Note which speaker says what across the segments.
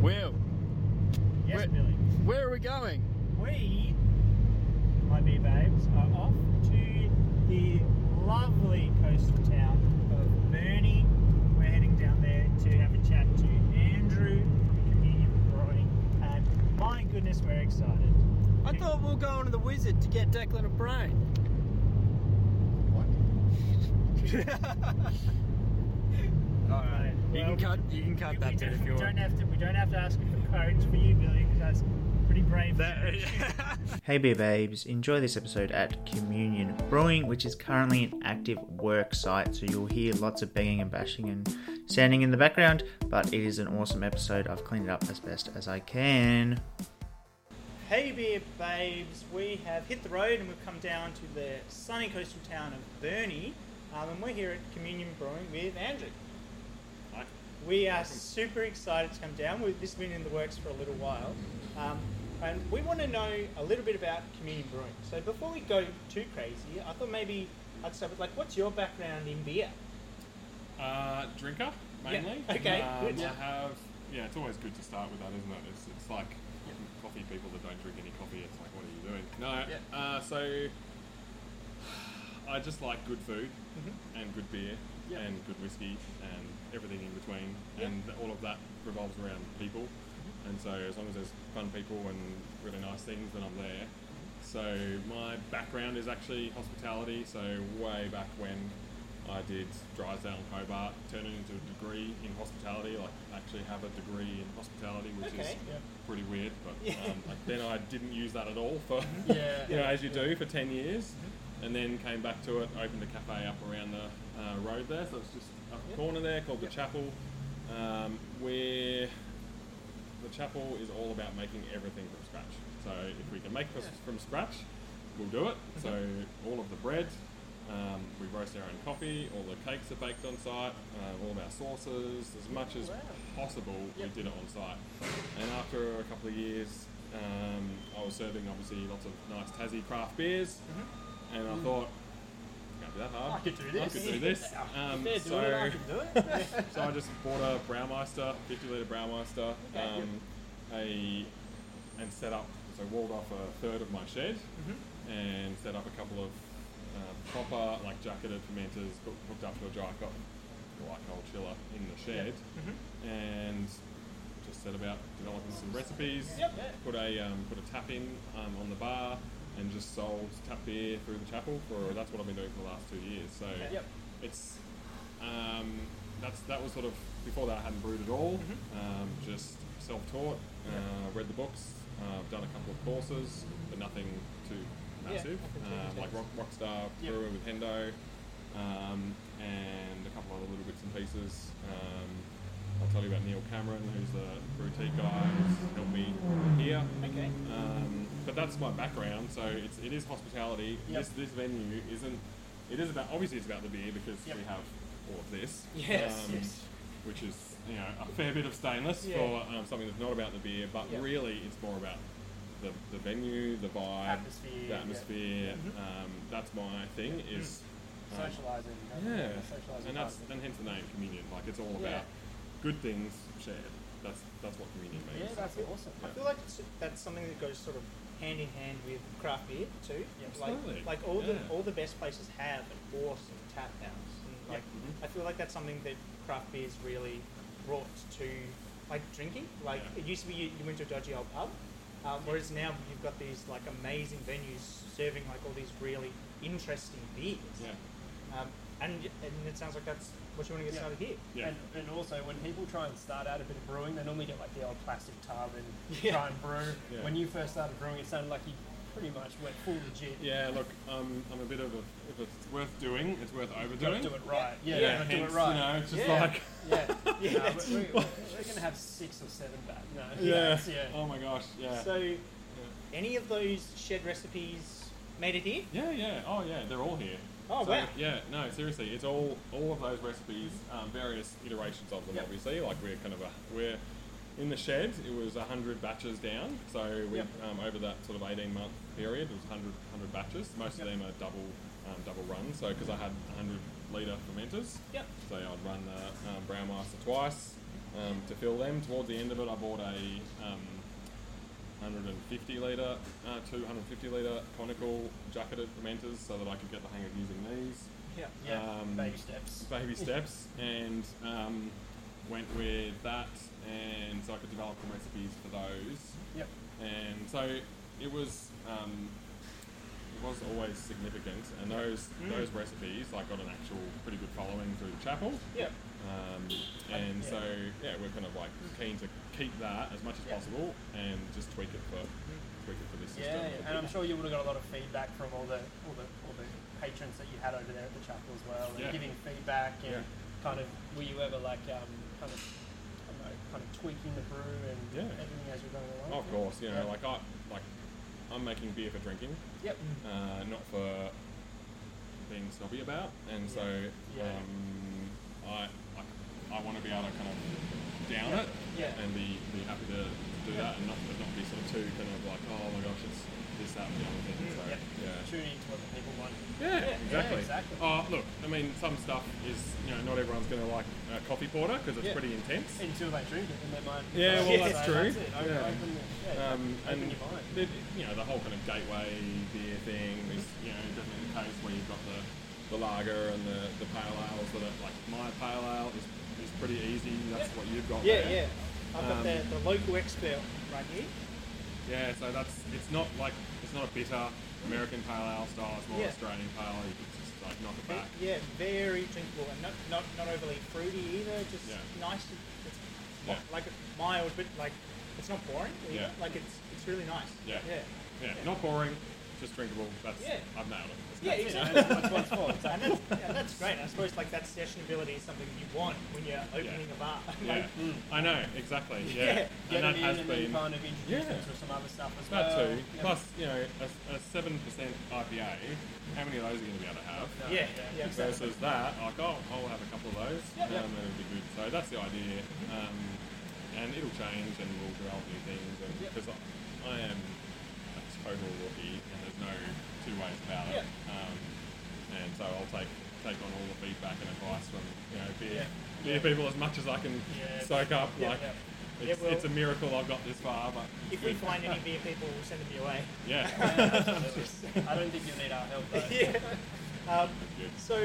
Speaker 1: Will,
Speaker 2: Yes,
Speaker 1: Wait.
Speaker 2: Billy.
Speaker 1: where are we going?
Speaker 2: We, my dear babes, are off to the lovely coastal town of Burnie. We're heading down there to have a chat to Andrew, the comedian from Brody. And my goodness, we're excited.
Speaker 3: I thought we were going to the wizard to get Declan a brain.
Speaker 2: Alright,
Speaker 3: You can cut. You can cut that bit if you
Speaker 2: We
Speaker 3: want.
Speaker 2: don't have to. We don't have to ask you for codes for you, Billy, because that's pretty brave.
Speaker 4: Hey Beer Babes, enjoy this episode at Communion Brewing, which is currently an active work site, so you'll hear lots of banging and bashing and sounding in the background, but it is an awesome episode. I've cleaned it up as best as I can.
Speaker 2: Hey beer babes, we have hit the road and we've come down to the sunny coastal town of Burnie, um, and we're here at Communion Brewing with Andrew. We are super excited to come down. We've, this has been in the works for a little while, um, and we want to know a little bit about Communion Brewing. So before we go too crazy, I thought maybe I'd start with like, what's your background in beer?
Speaker 5: Uh, drinker mainly.
Speaker 2: Yeah, okay,
Speaker 5: Um,
Speaker 2: good.
Speaker 5: I have. Yeah, it's always good to start with that, isn't it? It's, it's like coffee people that don't drink any coffee. It's like, what are you doing? No.
Speaker 2: Yeah.
Speaker 5: Uh, so I just like good food
Speaker 2: Mm-hmm.
Speaker 5: and good beer and good whiskey and everything in between, and all of that revolves around people.
Speaker 2: Mm-hmm.
Speaker 5: And so as long as there's fun people and really nice things, then I'm there.
Speaker 2: Mm-hmm.
Speaker 5: So my background is actually hospitality. So way back when I did Drysdale and Hobart, turned it into a degree in hospitality. Like actually have a degree in hospitality, which is
Speaker 2: Okay, yeah.
Speaker 5: pretty weird. But um, like, then I didn't use that at all for
Speaker 3: Yeah.
Speaker 5: you know as you do for ten years, and then came back to it, opened a cafe up around the uh, road there. So it's just up the corner there called the Chapel, um, where the chapel is all about making everything from scratch. So if we can make this from scratch, we'll do it. So all of the bread, um, we roast our own coffee. All the cakes are baked on site. Uh, all of our sauces, as much as possible, we did it on site. And after a couple of years, um, I was serving obviously lots of nice Tassie craft beers, and I thought. "Can't be That hard. Mm-hmm. Mm. I could do this. I could do this. Um,
Speaker 2: Fair do
Speaker 5: so,
Speaker 2: it, I can do it.
Speaker 5: so I just bought a Braumeister, 50 litre Braumeister, um, a, and set up, so walled off a third of my shed
Speaker 2: Mm-hmm.
Speaker 5: and set up a couple of uh, proper, like jacketed fermenters hook- hooked up to a dry co- dry cold chiller in the shed
Speaker 2: Mm-hmm.
Speaker 5: and just set about developing some recipes.
Speaker 2: Yep. Yeah.
Speaker 5: Put a um, put a tap in um, on the bar and just sold tap beer through the chapel for that's what I've been doing for the last two years. So
Speaker 2: Yep.
Speaker 5: it's um, that's that was sort of before that I hadn't brewed at all.
Speaker 2: Mm-hmm.
Speaker 5: Um, just self-taught, uh, read the books, uh, I've done a couple of courses, but nothing too
Speaker 2: nothing
Speaker 5: massive.
Speaker 2: too
Speaker 5: um, like rock, Rockstar
Speaker 2: Yep.
Speaker 5: Brewer with Hendo, um, and a couple other little bits and pieces. Um, I'll tell you about Neil Cameron, who's the brew tea guy who's helped me here.
Speaker 2: Okay.
Speaker 5: Um, but that's my background, so it's, it is hospitality.
Speaker 2: Yep.
Speaker 5: This, this venue isn't. It is about obviously it's about the beer because we have all of this. um,
Speaker 2: Yes, yes.
Speaker 5: Which is you know a fair bit of stainless
Speaker 2: Yeah.
Speaker 5: for um, something that's not about the beer, but
Speaker 2: Yep.
Speaker 5: really it's more about the, the venue, the vibe,
Speaker 2: Atmosphere,
Speaker 5: the
Speaker 2: yeah. Mm-hmm.
Speaker 5: atmosphere. Um, that's my thing is. um,
Speaker 2: Mm. Socializing.
Speaker 5: yeah,
Speaker 2: Socializing.
Speaker 5: and that's and hence the name communion. Like it's all about
Speaker 2: Yeah.
Speaker 5: good things shared. That's that's what communion
Speaker 2: Yeah,
Speaker 5: means.
Speaker 2: that's awesome. I
Speaker 5: Yeah.
Speaker 2: feel like it's, that's something that goes sort of hand in hand with craft beer too.
Speaker 5: Absolutely.
Speaker 2: Like, like all the
Speaker 5: Yeah. Mm-hmm.
Speaker 2: all the best places have an awesome tap house. And like I feel like that's something that craft beer's really brought to like drinking. Like
Speaker 5: Yeah.
Speaker 2: it used to be you, you went to a dodgy old pub, um, whereas now you've got these like amazing venues serving like all these really interesting beers.
Speaker 5: Yeah.
Speaker 2: Um, and, y- and it sounds like that's what you want to get
Speaker 1: Yeah.
Speaker 2: started here.
Speaker 5: Yeah.
Speaker 1: And, and also, when people try and start out a bit of brewing, they normally get like the old plastic tub and
Speaker 2: Yeah.
Speaker 1: try and brew.
Speaker 5: Yeah.
Speaker 1: When you first started brewing, it sounded like you pretty much went full legit.
Speaker 5: Yeah, look, um, I'm a bit of a. If it's worth doing, it's worth
Speaker 1: Gotta
Speaker 5: overdoing.
Speaker 1: do it right. Yeah,
Speaker 5: Yeah,
Speaker 1: yeah, gotta
Speaker 5: hence,
Speaker 1: do it right.
Speaker 5: You know, it's just
Speaker 2: Yeah.
Speaker 5: like.
Speaker 1: Yeah, yeah. no, we, we, we're gonna have six or seven back. No,
Speaker 5: Yeah.
Speaker 1: it's- yeah.
Speaker 5: Oh my gosh. Yeah.
Speaker 2: So, any of those shared recipes made it here?
Speaker 5: yeah, yeah. Oh yeah. They're all here.
Speaker 2: Oh,
Speaker 5: So,
Speaker 2: wow.
Speaker 5: Yeah. No, seriously, it's all all of those recipes, um, various iterations of them.
Speaker 1: Yep.
Speaker 5: Obviously, like we're kind of a we're in the shed. It was hundred batches down. So we
Speaker 1: Yep.
Speaker 5: um, over that sort of eighteen month period, it was 100, 100 batches. Most of them are double um, double runs. So because I had hundred liter fermenters.
Speaker 2: Yep.
Speaker 5: So I'd run the um, brown master twice um, to fill them. Towards the end of it, I bought a um, 150 litre, uh, 250 litre conical jacketed fermenters so that I could get the hang of using these.
Speaker 2: Yeah.
Speaker 1: Yeah,
Speaker 5: Um,
Speaker 1: baby steps.
Speaker 5: Baby steps and um, went with that, and so I could develop some recipes for those.
Speaker 1: Yep.
Speaker 5: And so it was um, it was always significant, and those
Speaker 1: Mm.
Speaker 5: those recipes I got an actual pretty good following through the chapel.
Speaker 1: Yep.
Speaker 5: Um, and
Speaker 1: yeah.
Speaker 5: so yeah, we're kind of like keen to keep that as much as
Speaker 1: Yeah.
Speaker 5: possible and just tweak it for tweak it for this
Speaker 1: Yeah,
Speaker 5: system.
Speaker 1: yeah, and I'm sure you would have got a lot of feedback from all the all the all the patrons that you had over there at the chapel as well, and
Speaker 5: Yeah.
Speaker 1: giving feedback and
Speaker 5: Yeah.
Speaker 1: kind of were you ever like um, kind of I don't know, kind of tweaking the brew and
Speaker 5: Yeah. Oh.
Speaker 1: everything as you're going along.
Speaker 5: Of course, you know,
Speaker 1: Yeah.
Speaker 5: like I like I'm making beer for drinking,
Speaker 1: Yep.
Speaker 5: uh, not for being snobby about, and so
Speaker 1: Yeah.
Speaker 5: um, I I, I want to be able to kind of down it
Speaker 1: Yeah.
Speaker 5: and be, be happy to do that and not but not be sort of too kind of like oh my gosh it's this that and the other thing. So
Speaker 1: Yep.
Speaker 5: yeah.
Speaker 1: Tuning into what the people want.
Speaker 5: Yeah, exactly.
Speaker 1: exactly.
Speaker 5: Oh, look, I mean, some stuff is, you know, not everyone's going to like uh, coffee porter because it's
Speaker 1: Yeah.
Speaker 5: pretty intense.
Speaker 1: Until they drink it, and they might.
Speaker 5: Yeah, well,
Speaker 1: so
Speaker 5: that's true.
Speaker 1: it. Open,
Speaker 5: Yeah.
Speaker 1: open the, yeah,
Speaker 5: Um,
Speaker 1: open
Speaker 5: and
Speaker 1: your mind.
Speaker 5: the, you know the whole kind of gateway beer thing is you know definitely the case where you've got the, the lager and the, the pale ales that are like my pale ale is, is pretty easy. That's what you've got.
Speaker 2: Yeah,
Speaker 5: there.
Speaker 2: yeah. I've
Speaker 5: Um,
Speaker 2: got the, the local expert right here.
Speaker 5: Yeah, so that's it's not like it's not a bitter American pale ale style. It's more
Speaker 2: Yeah.
Speaker 5: Australian pale ale. You could just like knock it
Speaker 2: Ve-
Speaker 5: back.
Speaker 2: Yeah, very drinkable and not, not, not overly fruity either. Just
Speaker 5: Yeah.
Speaker 2: nice. To, it's mi-
Speaker 5: Yeah.
Speaker 2: like mild, but like it's not boring. Either.
Speaker 5: Yeah.
Speaker 2: Like it's it's really nice.
Speaker 5: Yeah.
Speaker 2: Yeah.
Speaker 5: Yeah, not boring, just drinkable. That's
Speaker 2: Yeah.
Speaker 5: I've nailed it.
Speaker 2: Yeah, exactly. That's what it's for, exactly. And that's, yeah, that's great. I suppose like that sessionability is something you want when you're opening a bar.
Speaker 5: Yeah,
Speaker 2: like,
Speaker 5: I know exactly. Yeah,
Speaker 2: Yeah.
Speaker 1: Get
Speaker 5: and that
Speaker 1: them in
Speaker 5: has
Speaker 1: and then
Speaker 5: been
Speaker 1: kind of introduce
Speaker 5: Yeah.
Speaker 1: them to some other stuff as
Speaker 5: That
Speaker 1: well.
Speaker 5: too.
Speaker 2: Uh,
Speaker 1: Yeah.
Speaker 5: Plus, you know, a seven percent IPA. How many of those are you going to be able to have?
Speaker 1: No,
Speaker 2: Yeah, yeah.
Speaker 5: Versus that, like, oh, I'll have a couple of those.
Speaker 2: Yeah,
Speaker 5: um,
Speaker 2: yeah.
Speaker 5: And it'll be good. So that's the idea. Um, and it'll change, and we'll develop new things. And
Speaker 1: Yeah.
Speaker 5: because I, I am a total rookie, and there's no two ways about it. Um, and so I'll take take on all the feedback and advice from you know beer
Speaker 1: Yeah.
Speaker 5: beer people as much as I can
Speaker 1: Yeah.
Speaker 5: soak up.
Speaker 1: Yeah,
Speaker 5: like.
Speaker 1: yeah.
Speaker 5: It's,
Speaker 2: Yeah, well-
Speaker 5: it's a miracle I've got this far, but
Speaker 2: If we find any beer people, we'll send them your way.
Speaker 5: yeah,
Speaker 1: I don't think you'll need our help though.
Speaker 2: yeah. Um,
Speaker 5: Good.
Speaker 2: so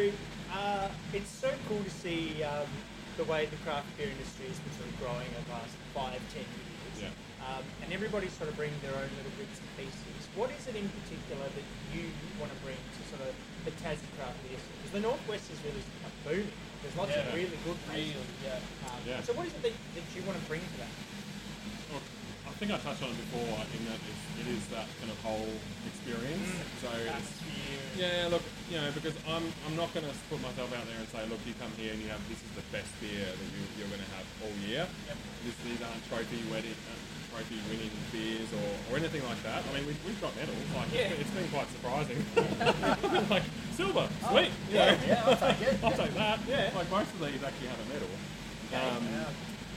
Speaker 2: uh, it's so cool to see um, the way the craft beer industry has been sort of growing over the last five, ten years. Um, and everybody's sort of bringing their own little bits and pieces. What is it in particular that you want to bring to sort of the Tassie craft beer scene? Because the Northwest is really like, booming. There's lots of
Speaker 1: Yeah.
Speaker 2: really good
Speaker 1: Really,
Speaker 2: places.
Speaker 1: yeah.
Speaker 2: Um,
Speaker 5: Yeah.
Speaker 2: So what is it that, that you want to bring to that?
Speaker 5: Look, I think I touched on it before in that it's, it is that kind of whole experience. So it's,
Speaker 1: Atmosphere.
Speaker 5: Mm. yeah, look, you know, because I'm I'm not going to put myself out there and say, look, you come here and you have this is the best beer that you, you're going to have all year.
Speaker 1: Yep.
Speaker 5: This, these aren't trophy wedding, uh, trophy winning beers or, or anything like that. I mean, we've, we've got medals. Like
Speaker 2: Yeah.
Speaker 5: it's been quite surprising. like silver, sweet. you know.
Speaker 1: Oh, Yeah, I'll take it.
Speaker 5: I'll take that.
Speaker 2: Yeah.
Speaker 5: Like most of these actually have a medal. Um,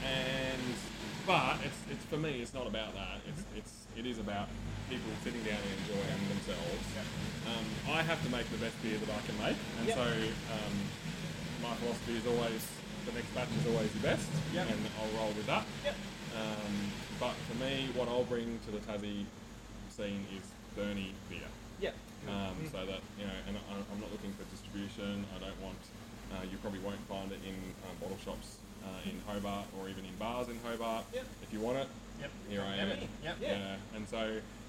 Speaker 5: and but it's it's for me it's not about that. It's
Speaker 1: Mm-hmm.
Speaker 5: it's it is about people sitting down and enjoying themselves. Um, I have to make the best beer that I can make, and
Speaker 2: Yep.
Speaker 5: so um, my philosophy is always the next batch is always the best,
Speaker 1: Yep.
Speaker 5: and I'll roll with that.
Speaker 2: Yep.
Speaker 5: Um, but for me, what I'll bring to the Tassie scene is Bernie beer.
Speaker 2: Yeah.
Speaker 5: Um, so that you know, and I, I'm not looking for distribution. I don't want Uh, you probably won't find it in um, bottle shops uh, in Hobart or even in bars in Hobart.
Speaker 2: Yep.
Speaker 5: If you want it,
Speaker 1: Yep.
Speaker 5: here I am.
Speaker 2: Have it. Yep.
Speaker 5: Yeah. And so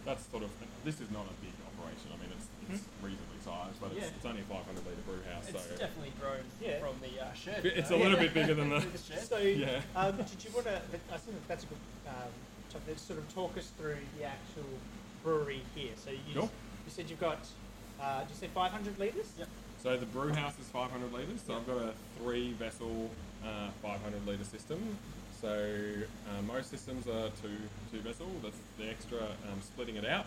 Speaker 5: that's sort of this is not a big operation. I mean, it's, it's reasonably sized, but it's,
Speaker 2: Hmm? Yeah.
Speaker 5: it's only a 500 litre brew house.
Speaker 1: It's
Speaker 5: so
Speaker 1: definitely grown
Speaker 2: Yeah.
Speaker 1: from the uh, shed.
Speaker 5: it's a
Speaker 1: though.
Speaker 5: little bit bigger than the.
Speaker 2: So,
Speaker 5: Yeah.
Speaker 2: um, did you want to? I think that's a good um, topic. to Sort of talk us through the actual brewery here. So you,
Speaker 5: Sure.
Speaker 2: you said you've got. Uh, did you say 500 liters? Yep.
Speaker 5: So the brew house is 500 litres, so I've got a three vessel uh, 500 litre system. So uh, most systems are two two vessel. That's the extra um, splitting it out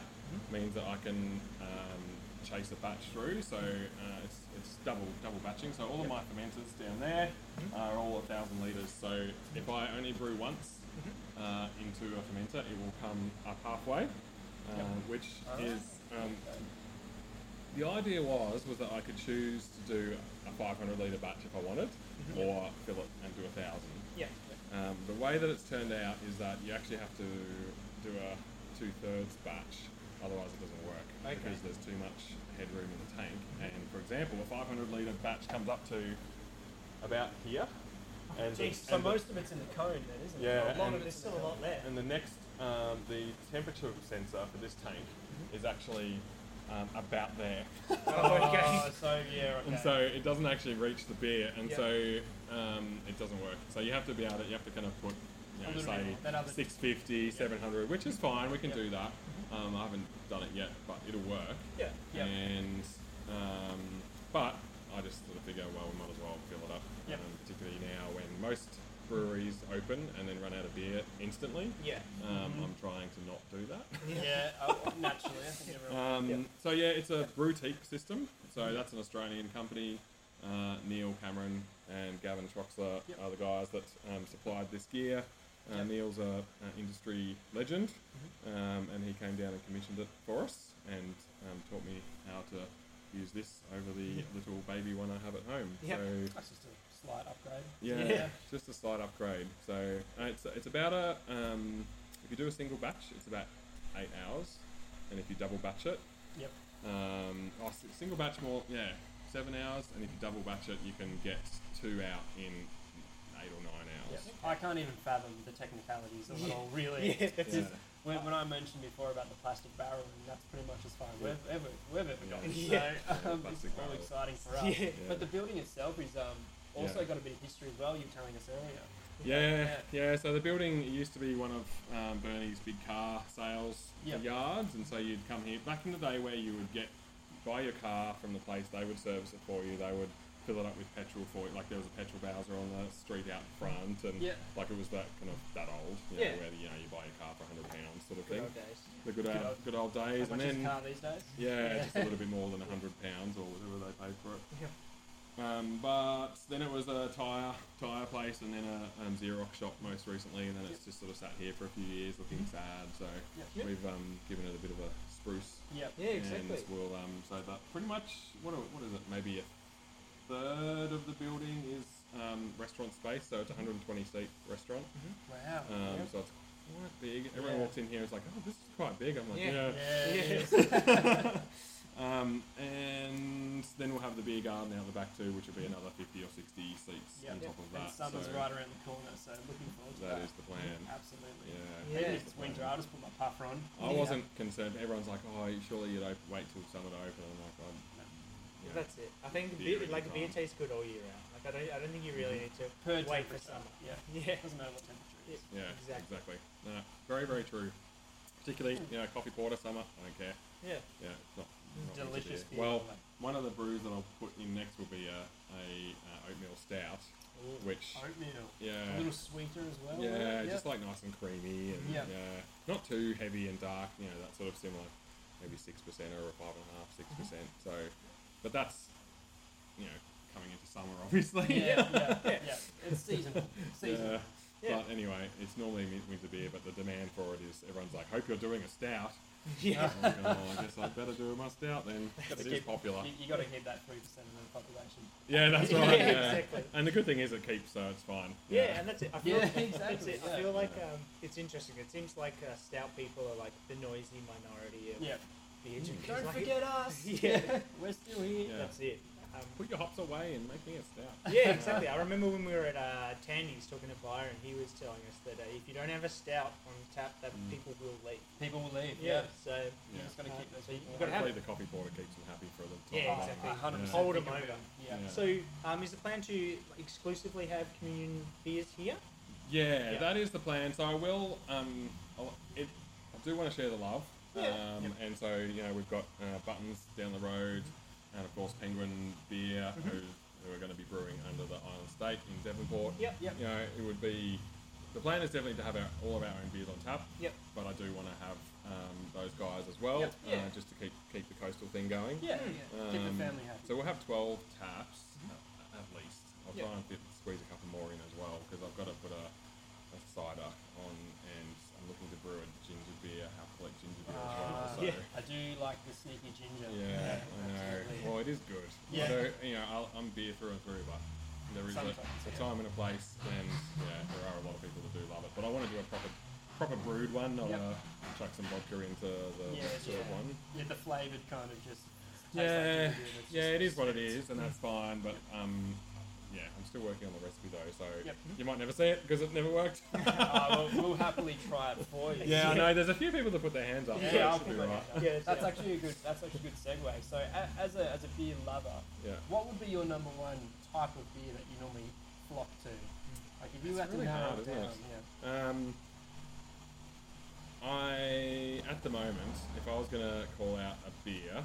Speaker 5: means that I can um, chase a batch through. So uh, it's, it's double double batching. So all of my fermenters down there are all a thousand litres. So if I only brew once uh, into a fermenter, it will come up halfway, uh, which is um, the idea was was that I could choose to do a 500 liter batch if I wanted,
Speaker 1: Mm-hmm.
Speaker 5: or fill it and do a thousand.
Speaker 2: Yeah.
Speaker 5: Um, the way that it's turned out is that you actually have to do a two thirds batch, otherwise it doesn't work
Speaker 2: Okay.
Speaker 5: because there's too much headroom in the tank. And for example, a 500 liter batch comes up to about here, and the-
Speaker 1: Jeez, Oh, so
Speaker 5: and the-
Speaker 1: most of it's in the cone, then, isn't it?
Speaker 5: Yeah,
Speaker 1: a lot
Speaker 5: and-
Speaker 1: of
Speaker 2: There's
Speaker 1: it's
Speaker 2: still a lot there.
Speaker 5: and the next, um, the temperature sensor for this tank
Speaker 1: Mm-hmm.
Speaker 5: is actually um, about there.
Speaker 1: Oh, so yeah, okay.
Speaker 5: And so it doesn't actually reach the beer, and
Speaker 1: Yeah.
Speaker 5: so um, it doesn't work. So you have to be able to, you have to kind of put, you know,
Speaker 1: little bit more. That
Speaker 5: say
Speaker 1: other-
Speaker 5: 650, 700, which is fine, we can do that. Um, I haven't done it yet, but it'll work.
Speaker 2: Yeah.
Speaker 1: Mm-hmm. Yeah.
Speaker 5: And, um, but I just sort of figure, well, we might as well fill it up,
Speaker 2: Yeah.
Speaker 5: um, particularly now when most breweries open and then run out of beer instantly.
Speaker 2: Yeah.
Speaker 5: Um,
Speaker 1: Mm-hmm.
Speaker 5: I'm trying to not do that.
Speaker 1: yeah, oh, naturally, I think everyone.
Speaker 5: Um, So yeah, it's a Brewtique system. So that's an Australian company. Uh, Neil Cameron and Gavin Schroxler are the guys that um, supplied this gear. Uh, Neil's a, an industry legend, um, and he came down and commissioned it for us and um, taught me how to use this over the little baby one I have at home.
Speaker 2: Yeah.
Speaker 5: So
Speaker 1: That's just a slight upgrade.
Speaker 5: yeah,
Speaker 2: Yeah.
Speaker 5: just a slight upgrade. So uh, it's it's about a um, if you do a single batch, it's about eight hours, and if you double batch it,
Speaker 1: Yep.
Speaker 5: um, oh, s- single batch more, yeah, seven hours, and if you double batch it, you can get two out in eight or nine hours.
Speaker 1: I can't even fathom the technicalities of it all, really.
Speaker 2: Yeah.
Speaker 1: It's just- when, when I mentioned before about the plastic barrel, and that's pretty much as far as we've ever, we've ever gotten.
Speaker 2: Yeah.
Speaker 1: So um, it's
Speaker 5: Plastic
Speaker 1: all
Speaker 5: barrel.
Speaker 1: exciting for us.
Speaker 2: Yeah.
Speaker 1: But the building itself is um, also
Speaker 5: Yeah.
Speaker 1: got a bit of history as well, you were telling us earlier.
Speaker 5: Yeah, yeah. So the building used to be one of um, Bernie's big car sales
Speaker 1: Yep.
Speaker 5: yards, and so you'd come here back in the day where you would get buy your car from the place. They would service it for you. They would fill it up with petrol for you. Like there was a petrol bowser on the street out front, and
Speaker 1: Yeah.
Speaker 5: like it was that kind of that old. You know,
Speaker 2: Yeah.
Speaker 5: Where you know you buy your car for hundred pounds sort of
Speaker 2: Good
Speaker 5: thing.
Speaker 2: old days.
Speaker 5: The good, old,
Speaker 1: old-
Speaker 5: good old days,
Speaker 1: How much is
Speaker 5: and then
Speaker 1: a car these days?
Speaker 5: yeah, just a little bit more than hundred pounds or whatever they paid for it. Um, but then it was a tire tire place, and then a um, Xerox shop most recently, and then it's just sort of sat here for a few years, looking sad. So
Speaker 1: Yep.
Speaker 5: we've um, given it a bit of a spruce,
Speaker 1: Yep.
Speaker 2: Yeah, exactly.
Speaker 5: and we'll um, so that pretty much what are- what is it? Maybe a third of the building is um, restaurant space, so it's a 120 seat restaurant.
Speaker 2: Mm-hmm.
Speaker 1: Wow.
Speaker 5: Um, So it's quite big. Everyone
Speaker 1: Yeah.
Speaker 5: walks in here, it's like, oh, this is quite big. I'm like,
Speaker 2: Yeah.
Speaker 5: yeah.
Speaker 1: yeah,
Speaker 2: Yeah.
Speaker 1: it is.
Speaker 5: Um, and then we'll have the beer garden out the back too, which will be another 50 or 60 seats
Speaker 1: Yep.
Speaker 5: on top of that.
Speaker 1: And summer's
Speaker 5: so
Speaker 1: right around the corner, so looking forward to
Speaker 5: that is the plan.
Speaker 1: Absolutely.
Speaker 5: Yeah.
Speaker 1: Even
Speaker 2: Yeah.
Speaker 1: if it's winter, I'll just put my puffer on.
Speaker 5: I wasn't concerned. Everyone's like, oh, surely you'd op- wait till summer to open. I'm like, "Um, I'm, yeah.
Speaker 2: That's it. I think the
Speaker 5: Beer
Speaker 2: beer, like the
Speaker 5: is
Speaker 2: beer
Speaker 5: on.
Speaker 2: tastes good all year round. Like I don't, I don't think you really need to
Speaker 1: Per
Speaker 2: wait
Speaker 1: temperature.
Speaker 2: for summer.
Speaker 1: Yeah.
Speaker 2: Yeah.
Speaker 1: Doesn't matter what temperature it is.
Speaker 5: yeah,
Speaker 2: exactly.
Speaker 5: exactly. No, very, very true. Particularly, you know, coffee porter, summer, I don't care.
Speaker 2: Yeah.
Speaker 5: Yeah, it's not, not much of
Speaker 1: Delicious
Speaker 5: beer.
Speaker 1: beer,
Speaker 5: Well,
Speaker 1: like-
Speaker 5: one of the brews that I'll put in next will be a, a uh, oatmeal stout, which
Speaker 1: Oatmeal. A
Speaker 5: yeah,
Speaker 1: little sweeter as well.
Speaker 5: Yeah, just like nice and creamy and
Speaker 1: Yeah.
Speaker 5: yeah. not too heavy and dark. You know that sort of similar, maybe six percent or a five and a half, six percent.
Speaker 2: Mm-hmm.
Speaker 5: So, but that's you know coming into summer, obviously.
Speaker 1: Yeah, yeah, yeah. It's seasonal. Seasonal.
Speaker 5: Uh,
Speaker 2: Yeah.
Speaker 5: But anyway, it's normally min- winter beer, but the demand for it is everyone's like, "Hope you're doing a stout."
Speaker 2: Yeah.
Speaker 5: I'm like, oh, I guess I better do my stout then. It is
Speaker 1: keep-
Speaker 5: popular.
Speaker 1: You, you got to keep that three percent of the population.
Speaker 5: Yeah, that's right.
Speaker 2: Yeah,
Speaker 5: Yeah,
Speaker 2: exactly.
Speaker 5: And the good thing is it keeps, so it's fine.
Speaker 2: Yeah, and that's it. I feel
Speaker 1: Yeah,
Speaker 2: like, That's
Speaker 1: exactly,
Speaker 2: it.
Speaker 1: yeah.
Speaker 2: I feel like um, it's interesting. It seems like uh, stout people are like the noisy minority of
Speaker 1: Yeah.
Speaker 2: beer drinkers.
Speaker 1: Don't
Speaker 2: Like,
Speaker 1: forget us.
Speaker 2: Yeah.
Speaker 1: We're still here.
Speaker 5: Yeah.
Speaker 2: That's it. Um,
Speaker 5: Put your hops away and make me a stout.
Speaker 2: Yeah, exactly. I remember when we were at uh, Tandy's talking to Byron, he was telling us that uh, if you don't have a stout on tap, that people will leave.
Speaker 6: People will leave. Yeah.
Speaker 2: Yeah, so
Speaker 5: Yeah.
Speaker 6: You're just going to
Speaker 2: Uh,
Speaker 6: keep those
Speaker 2: so you-
Speaker 6: people.
Speaker 2: you gotta have-
Speaker 5: Hopefully the coffee border keeps them happy for a little time.
Speaker 2: yeah, exactly.
Speaker 6: a hundred percent.
Speaker 2: Hold 'em
Speaker 6: Think of
Speaker 2: over.
Speaker 6: it. Yeah.
Speaker 5: Yeah.
Speaker 2: So, um, is the plan to exclusively have communion beers here?
Speaker 5: Yeah,
Speaker 2: Yeah.
Speaker 5: that is the plan. So I will. Um, I'll, it, I do want to share the love. Um, And so you know we've got uh, buttons down the road, and of course Penguin Beer, who, who are going to be brewing under the Island State in Devonport.
Speaker 2: Yep. Yep.
Speaker 5: You know it would be. The plan is definitely to have our, all of our own beers on tap.
Speaker 2: Yep.
Speaker 5: But I do want to have um, those guys as well,
Speaker 6: Yep.
Speaker 5: uh,
Speaker 6: Yeah.
Speaker 5: just to keep keep the coastal thing going.
Speaker 6: Yeah.
Speaker 2: Hmm.
Speaker 6: yeah. Keep
Speaker 5: Um,
Speaker 6: the family happy.
Speaker 5: So we'll have 12 taps uh, at least. I'll
Speaker 6: Mm-hmm. Yeah.
Speaker 5: try and fit, squeeze a couple more in as well because I've got to put a, a cider on and I'm looking to brew a ginger beer, alcoholic ginger beer
Speaker 6: Ah,
Speaker 5: as well. So,
Speaker 2: yeah.
Speaker 6: I do like the sneaky ginger.
Speaker 5: yeah, I know.
Speaker 6: absolutely.
Speaker 5: Well, it is good.
Speaker 6: Yeah.
Speaker 5: Although, you know, I'll, I'm beer through and through, but there is a,
Speaker 6: Sometimes,
Speaker 5: a
Speaker 6: yeah.
Speaker 5: time and a place, and yeah, there are a lot of people that do love it. But I want to do a proper, proper brewed one, not
Speaker 6: Yep.
Speaker 5: a chuck some vodka into the
Speaker 6: Yeah,
Speaker 5: sort of
Speaker 6: yeah.
Speaker 5: one.
Speaker 6: Yeah, the flavoured kind of just. tastes like
Speaker 5: Yeah,
Speaker 6: ginger beer, but it's
Speaker 5: yeah,
Speaker 6: just-
Speaker 5: it is what it is, and that's fine. But um, yeah, I'm still working on the recipe though, so
Speaker 6: Yep.
Speaker 5: you might never see it because it never worked.
Speaker 6: Oh, we'll, we'll happily try it for you.
Speaker 5: yeah, I know. There's a few people that put their hands up. so
Speaker 6: Yeah,
Speaker 5: it
Speaker 6: I'll
Speaker 5: should
Speaker 6: put
Speaker 5: be
Speaker 6: my
Speaker 5: right.
Speaker 6: hand up.
Speaker 2: Yeah,
Speaker 6: that's
Speaker 2: yeah.
Speaker 6: actually a good. That's actually a good segue. So, a, as a as a beer lover,
Speaker 5: Yeah.
Speaker 6: what would be your number one type of beer that you normally flock to? Like if you
Speaker 5: It's
Speaker 6: had
Speaker 5: really
Speaker 6: to narrow
Speaker 5: hard,
Speaker 6: it
Speaker 5: isn't
Speaker 6: down,
Speaker 5: it? Um, I at the moment, if I was gonna call out a beer,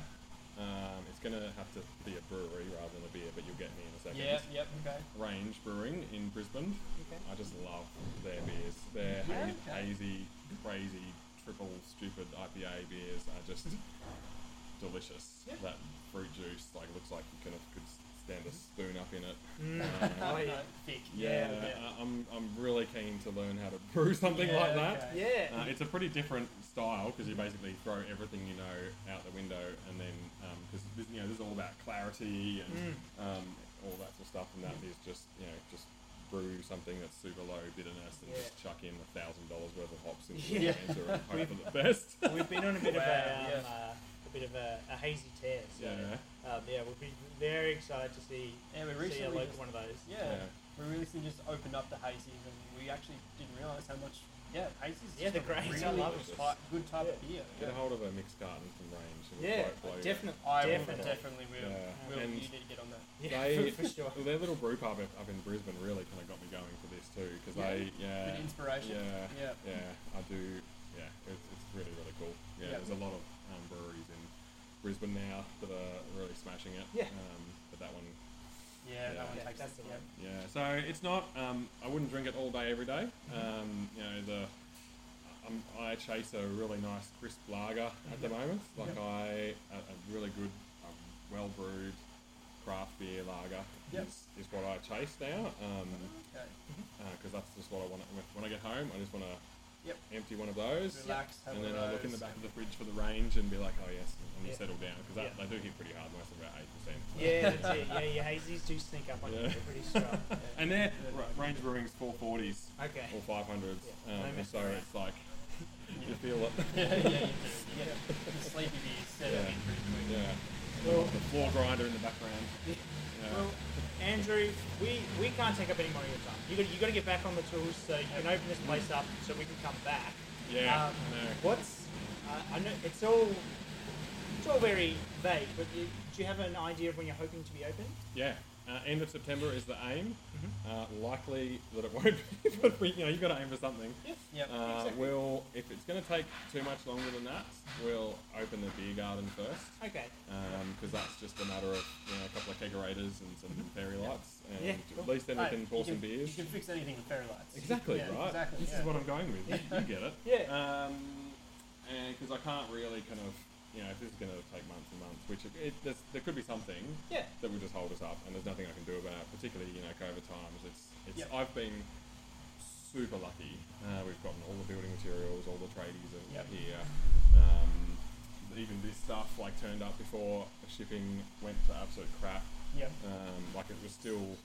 Speaker 5: um, it's gonna have to be a brewery rather than a beer, but you'll get me in a second.
Speaker 6: yeah, yep, yep, okay.
Speaker 5: Range Brewing in Brisbane.
Speaker 6: Okay.
Speaker 5: I just love their beers. Their
Speaker 6: Yeah,
Speaker 5: ha-
Speaker 6: okay.
Speaker 5: hazy, crazy, triple stupid IPA beers are just delicious.
Speaker 6: Yeah.
Speaker 5: That fruit juice like looks like you kind of could s- stand a
Speaker 6: Mm-hmm.
Speaker 5: spoon up in it.
Speaker 6: Oh,
Speaker 5: Um,
Speaker 6: yeah. Thick.
Speaker 5: yeah, I- I'm, I'm really keen to learn how to brew something like that.
Speaker 6: okay.
Speaker 2: Yeah.
Speaker 5: Uh, it's a pretty different style because you basically throw everything you know out the window, and then because this you know this is all about clarity and um, all that sort of stuff, and that is just you know just brew something that's super low bitterness and just chuck in a thousand dollars worth of hops into
Speaker 2: Yeah.
Speaker 5: the blender and hope for the best.
Speaker 2: We've been on a bit of
Speaker 6: Wow,
Speaker 2: a, um,
Speaker 6: yeah.
Speaker 2: uh, a bit of a, a hazy tear. So,
Speaker 5: Yeah.
Speaker 2: Um, yeah, we'll be very excited to see
Speaker 6: Yeah, we
Speaker 2: see a
Speaker 6: recently
Speaker 2: local
Speaker 6: just-
Speaker 2: one of those.
Speaker 6: Yeah.
Speaker 5: Yeah.
Speaker 6: We really seem just opened up the hazies and we actually didn't realise how much yeah, hazies is
Speaker 2: Yeah,
Speaker 6: just a
Speaker 2: the greys are
Speaker 6: really
Speaker 5: lovely.
Speaker 6: ti- good type of beer.
Speaker 5: Get a hold of a mixed garden from Range. and we'll
Speaker 6: Yeah,
Speaker 5: blow- blow you
Speaker 6: definitely. I
Speaker 2: Definitely.
Speaker 6: Will, definitely will.
Speaker 5: Yeah.
Speaker 6: will
Speaker 5: And-
Speaker 6: you need to get on that.
Speaker 2: Yeah,
Speaker 5: they,
Speaker 2: for sure.
Speaker 5: Their little brew pub up up in Brisbane really kind of got me going for this too because
Speaker 6: Yeah.
Speaker 5: they, yeah,
Speaker 6: Bit of inspiration.
Speaker 5: Yeah,
Speaker 6: Yeah.
Speaker 5: yeah, I do. Yeah, it's, it's really really cool. Yeah,
Speaker 6: Yeah.
Speaker 5: there's a lot of um, breweries in Brisbane now that are really smashing it.
Speaker 2: Yeah.
Speaker 5: um, but that one.
Speaker 6: Yeah,
Speaker 5: Yeah.
Speaker 6: that one
Speaker 2: Yeah,
Speaker 6: takes
Speaker 2: that's
Speaker 6: it.
Speaker 2: the
Speaker 6: yeah.
Speaker 2: one.
Speaker 5: Yeah, so it's not. Um, I wouldn't drink it all day every day. Um, you know the. I'm, I chase a really nice crisp lager at the moment. Like I, a, a really good, um, well brewed craft beer lager
Speaker 6: Yep.
Speaker 5: is, is what I chase now. Um,
Speaker 6: Okay.
Speaker 5: because that's just what I want when- when I get home. I just want to
Speaker 6: Yep.
Speaker 5: empty one of those,
Speaker 6: Relax, have
Speaker 5: and
Speaker 6: one
Speaker 5: then
Speaker 6: of
Speaker 5: I look in the
Speaker 6: those.
Speaker 5: back of the fridge for the range and be like, oh yes, and
Speaker 2: Yeah.
Speaker 5: settle down because
Speaker 2: Yeah.
Speaker 5: they do hit pretty hard. Most of about eight percent.
Speaker 2: Yeah, that's it. Yeah, your hazies do sneak up on you.
Speaker 5: Yeah.
Speaker 2: They're pretty strong.
Speaker 5: And they're ra- range brewing's 440s
Speaker 2: Okay.
Speaker 5: or 500s,
Speaker 2: Yeah.
Speaker 5: um,
Speaker 2: No
Speaker 5: and
Speaker 2: messing
Speaker 5: so
Speaker 2: around.
Speaker 5: it's like you feel it.
Speaker 6: yeah, yeah, you do. You get the sleepy beers set
Speaker 5: Yeah.
Speaker 6: up in pretty quick.
Speaker 5: Yeah. the floor grinder in the background. Yeah.
Speaker 2: Well, Andrew, we, we can't take up any more of your time. You got you got to get back on the tools so you can open this place up so we can come back.
Speaker 5: Yeah,
Speaker 2: Um,
Speaker 5: I know.
Speaker 2: What's uh, I know it's all it's all very vague, but you, do you have an idea of when you're hoping to be open?
Speaker 5: Yeah. Uh, end of September is the aim. Uh, likely that it won't be, but we, you know, you've got to aim for something.
Speaker 6: Yep.
Speaker 5: Uh, We'll, if it's going to take too much longer than that, we'll open the beer garden first.
Speaker 2: Okay.
Speaker 5: Because that's just a matter of you know, a couple of kegerators and some fairy lights, and
Speaker 2: Yeah,
Speaker 5: at least then we
Speaker 6: Hey,
Speaker 5: can pour
Speaker 6: you
Speaker 5: some beers.
Speaker 6: You can fix anything with fairy lights.
Speaker 5: Exactly,
Speaker 6: Yeah,
Speaker 5: right?
Speaker 6: Exactly.
Speaker 5: This
Speaker 6: yeah.
Speaker 5: is what I'm going with. You, you get it.
Speaker 2: Yeah.
Speaker 5: Um, and because I can't really kind of, you know, if this is going to take months and months, which it, it, there's, there could be something
Speaker 2: Yeah.
Speaker 5: that will just hold us up, and there's nothing I can do about it. Particularly, you know, COVID times. It's, it's.
Speaker 6: Yep.
Speaker 5: I've been super lucky. Uh, we've gotten all the building materials, all the tradies are
Speaker 6: Yep.
Speaker 5: here. Um, even this stuff like turned up before shipping went to absolute crap.
Speaker 6: Yep.
Speaker 5: Um, like it was still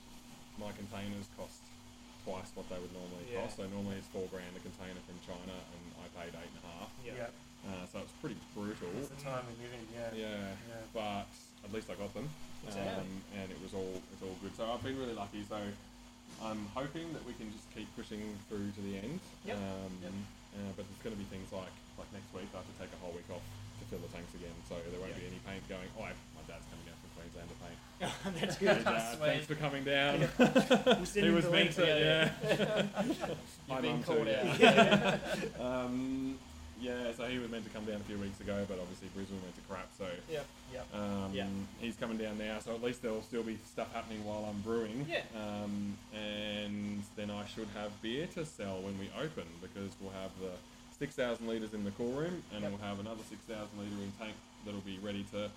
Speaker 5: my containers cost twice what they would normally
Speaker 2: Yeah.
Speaker 5: cost. So normally it's four grand a container from China, and I paid eight and a half.
Speaker 6: Yeah.
Speaker 5: Uh, so it's pretty brutal.
Speaker 6: It's the time we live in, yeah.
Speaker 5: Yeah,
Speaker 6: Yeah.
Speaker 5: but at least I got them,
Speaker 6: Exactly.
Speaker 5: um, and it was all it's all good. So I've been really lucky. So I'm hoping that we can just keep pushing through to the end.
Speaker 2: Yep,
Speaker 5: Um,
Speaker 2: yep.
Speaker 5: Uh, but there's going to be things like like next week I have to take a whole week off to fill the tanks again, so there won't be any paint going. Oh, I, my dad's coming down from Queensland to paint.
Speaker 2: That's
Speaker 5: Hey,
Speaker 2: good.
Speaker 5: Dad, thanks for coming down.
Speaker 2: sending the link
Speaker 5: to,
Speaker 2: together.
Speaker 5: yeah. My
Speaker 6: been
Speaker 5: mum
Speaker 6: called
Speaker 5: too,
Speaker 6: out.
Speaker 5: yeah. um, yeah, so he was meant to come down a few weeks ago, but obviously Brisbane went to crap, so
Speaker 2: Yep.
Speaker 5: um,
Speaker 2: Yeah.
Speaker 5: he's coming down now, so at least there'll still be stuff happening while I'm brewing.
Speaker 2: Yeah.
Speaker 5: Um, and then I should have beer to sell when we open because we'll have the 6,000 litres in the cool room and
Speaker 2: Yep.
Speaker 5: we'll have another 6,000 litre in tank that'll be ready to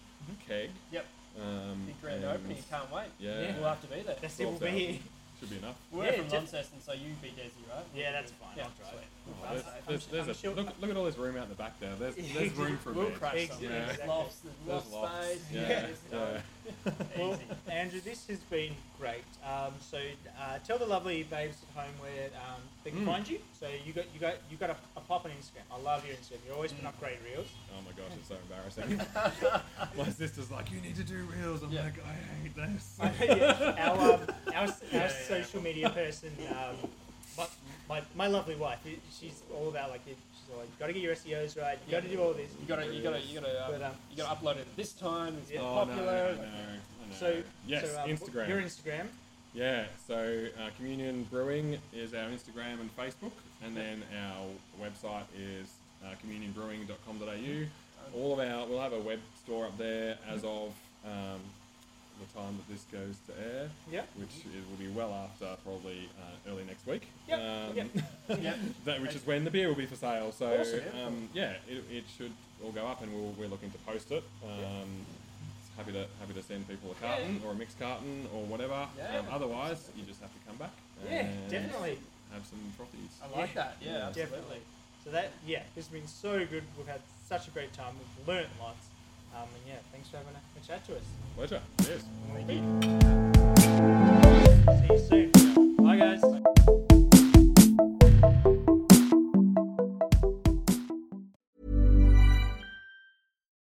Speaker 5: keg.
Speaker 6: Yep.
Speaker 5: Um,
Speaker 6: Mm-hmm. Big grand
Speaker 5: and-
Speaker 6: opening, can't wait.
Speaker 5: Yeah.
Speaker 6: We'll have to be there.
Speaker 2: That's it. We'll be
Speaker 5: 12,000.
Speaker 2: here.
Speaker 5: Should be enough.
Speaker 6: We're
Speaker 2: Yeah,
Speaker 6: from
Speaker 2: just-
Speaker 6: Launceston, so you be Desi, right?
Speaker 2: Yeah, that's fine.
Speaker 6: Yeah,
Speaker 2: I'll drive.
Speaker 6: sweet.
Speaker 5: Oh,
Speaker 6: Well,
Speaker 5: there's,
Speaker 6: that's-
Speaker 5: there's, there's a,
Speaker 2: sure-
Speaker 5: look, look at all this room out in the back there. There's, there's room for a
Speaker 6: We'll
Speaker 5: bed.
Speaker 6: crash
Speaker 2: Ex-
Speaker 6: somewhere.
Speaker 5: yeah.
Speaker 6: There's
Speaker 2: exactly.
Speaker 6: lofts, there's loft
Speaker 5: There's lofts.
Speaker 6: space.
Speaker 5: Yeah, yeah.
Speaker 2: Well,
Speaker 6: Easy.
Speaker 2: Andrew, this has been great. Um, so uh, tell the lovely babes at home where um, they
Speaker 6: Hmm.
Speaker 2: can find you. So you got you got you got a, a pop on Instagram. I love your Instagram. You're always putting
Speaker 6: Hmm.
Speaker 2: up great reels.
Speaker 5: Oh my gosh, it's so embarrassing. my sister's like, you need to do reels. I'm
Speaker 6: Yeah.
Speaker 5: like, I hate this.
Speaker 2: yeah, our um, our, s- our
Speaker 6: Yeah, yeah,
Speaker 2: social media person, um, my, my, my lovely wife, i- she's all about like it- she's all like, you got to get your SEOs right. You got to do all this.
Speaker 6: You gotta, you gotta, you gotta, uh,
Speaker 2: But, um,
Speaker 6: you gotta upload it at this time. It's
Speaker 2: Yeah.
Speaker 5: Oh,
Speaker 6: popular.
Speaker 5: No, I know, I know.
Speaker 2: So
Speaker 5: yes,
Speaker 2: so, um,
Speaker 5: Instagram.
Speaker 2: Your Instagram.
Speaker 5: yeah, so uh, Communion Brewing is our Instagram and Facebook, and then our website is uh, communionbrewing.com.au. All of our, we'll have a web store up there as of um, the time that this goes to air,
Speaker 2: Yeah.
Speaker 5: which it will be well after probably uh, early next week.
Speaker 2: Yep,
Speaker 5: Um,
Speaker 2: yep.
Speaker 6: Yeah.
Speaker 5: that, which is when the beer will be for sale. So
Speaker 2: Awesome, yeah.
Speaker 5: um, yeah, it, it should all go up, and we'll, we're looking to post it. Um, Happy to happy to send people a carton or a mixed carton or whatever.
Speaker 6: Yeah.
Speaker 5: Um, otherwise, you just have to come back.
Speaker 2: Yeah,
Speaker 5: and
Speaker 2: definitely.
Speaker 5: Have some frothies.
Speaker 6: I like that. Yeah,
Speaker 5: Yeah.
Speaker 6: absolutely.
Speaker 2: Mm, Definitely. So that yeah, this has been so good. We've had such a great time. We've learnt lots. Um, and yeah, thanks for having a, a chat to us.
Speaker 5: Pleasure. Cheers.
Speaker 2: Thank you. See you soon. Bye guys.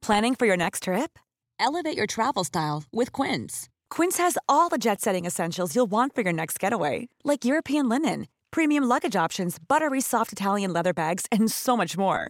Speaker 7: Planning for your next trip? Elevate your travel style with Quince. Quince has all the jet setting essentials you'll want for your next getaway, like European linen, premium luggage options, buttery soft Italian leather bags, and so much more.